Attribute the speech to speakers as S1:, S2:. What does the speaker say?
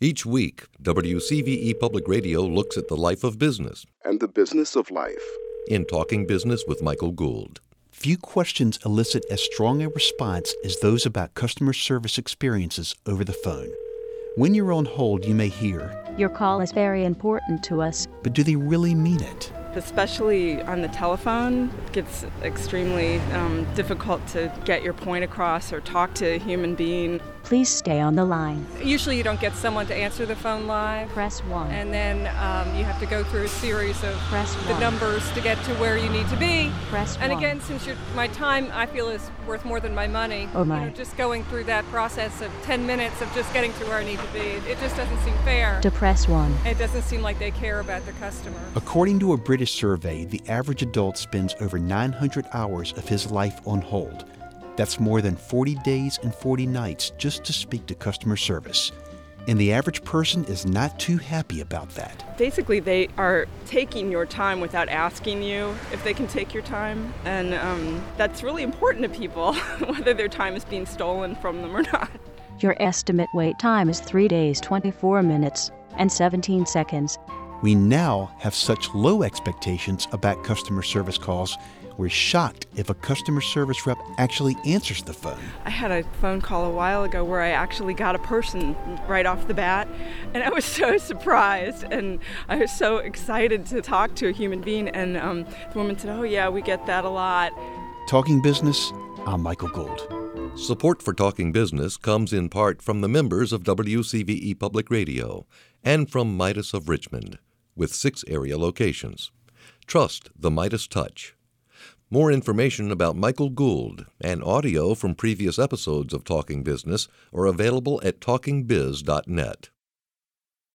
S1: Each week, WCVE E Public Radio looks at the life of business
S2: and the business of life.
S1: in Talking Business with Michael Gould.
S3: Few questions elicit as strong a response as those about customer service experiences over the phone. When you're on hold, you may hear,
S4: Your call is very important to us.
S3: but do they really mean it?
S5: especially on the telephone, it gets extremely um, difficult to get your point across or talk to a human being.
S4: Please stay on the line.
S6: Usually, you don't get someone to answer the phone live,
S4: Press 1.
S6: and then um, you have to go through a series of
S4: Press
S6: the
S4: one.
S6: numbers to get to where you need to be.
S4: Press
S6: And
S4: 1.
S6: again, since you my time, I feel is worth more than my money.
S4: Oh, my.
S6: You know, just going through that process of 10 minutes of just getting to where I need to be, it just doesn't seem fair.
S4: To press 1.
S6: it doesn't seem like they care about their customer.
S3: According to a British survey, the average adult spends over 900 hours of his life on hold. That's more than 40 days and 40 nights just to speak to customer service. And the average person is not too happy about that.
S5: Basically, they are taking your time without asking you if they can take your time, and um, that's really important to people, whether their time is being stolen from them or not.
S4: Your estimate wait time is 3 days 24 minutes and 17 seconds.
S3: We now have such low expectations about customer service calls, we're shocked if a customer service rep actually answers the phone.
S5: I had a phone call a while ago where I actually got a person right off the bat, and I was so surprised and I was so excited to talk to a human being. And um, the woman said, "Oh yeah, we get that a lot."
S3: Talking Business, I'm Michael Gold.
S1: Support for Talking Business comes in part from the members of WCVE E Public Radio and from Midas of Richmond, with six area locations. Trust the Midas Touch. More information about Michael Gould and audio from previous episodes of Talking Business are available at talkingbiz.net.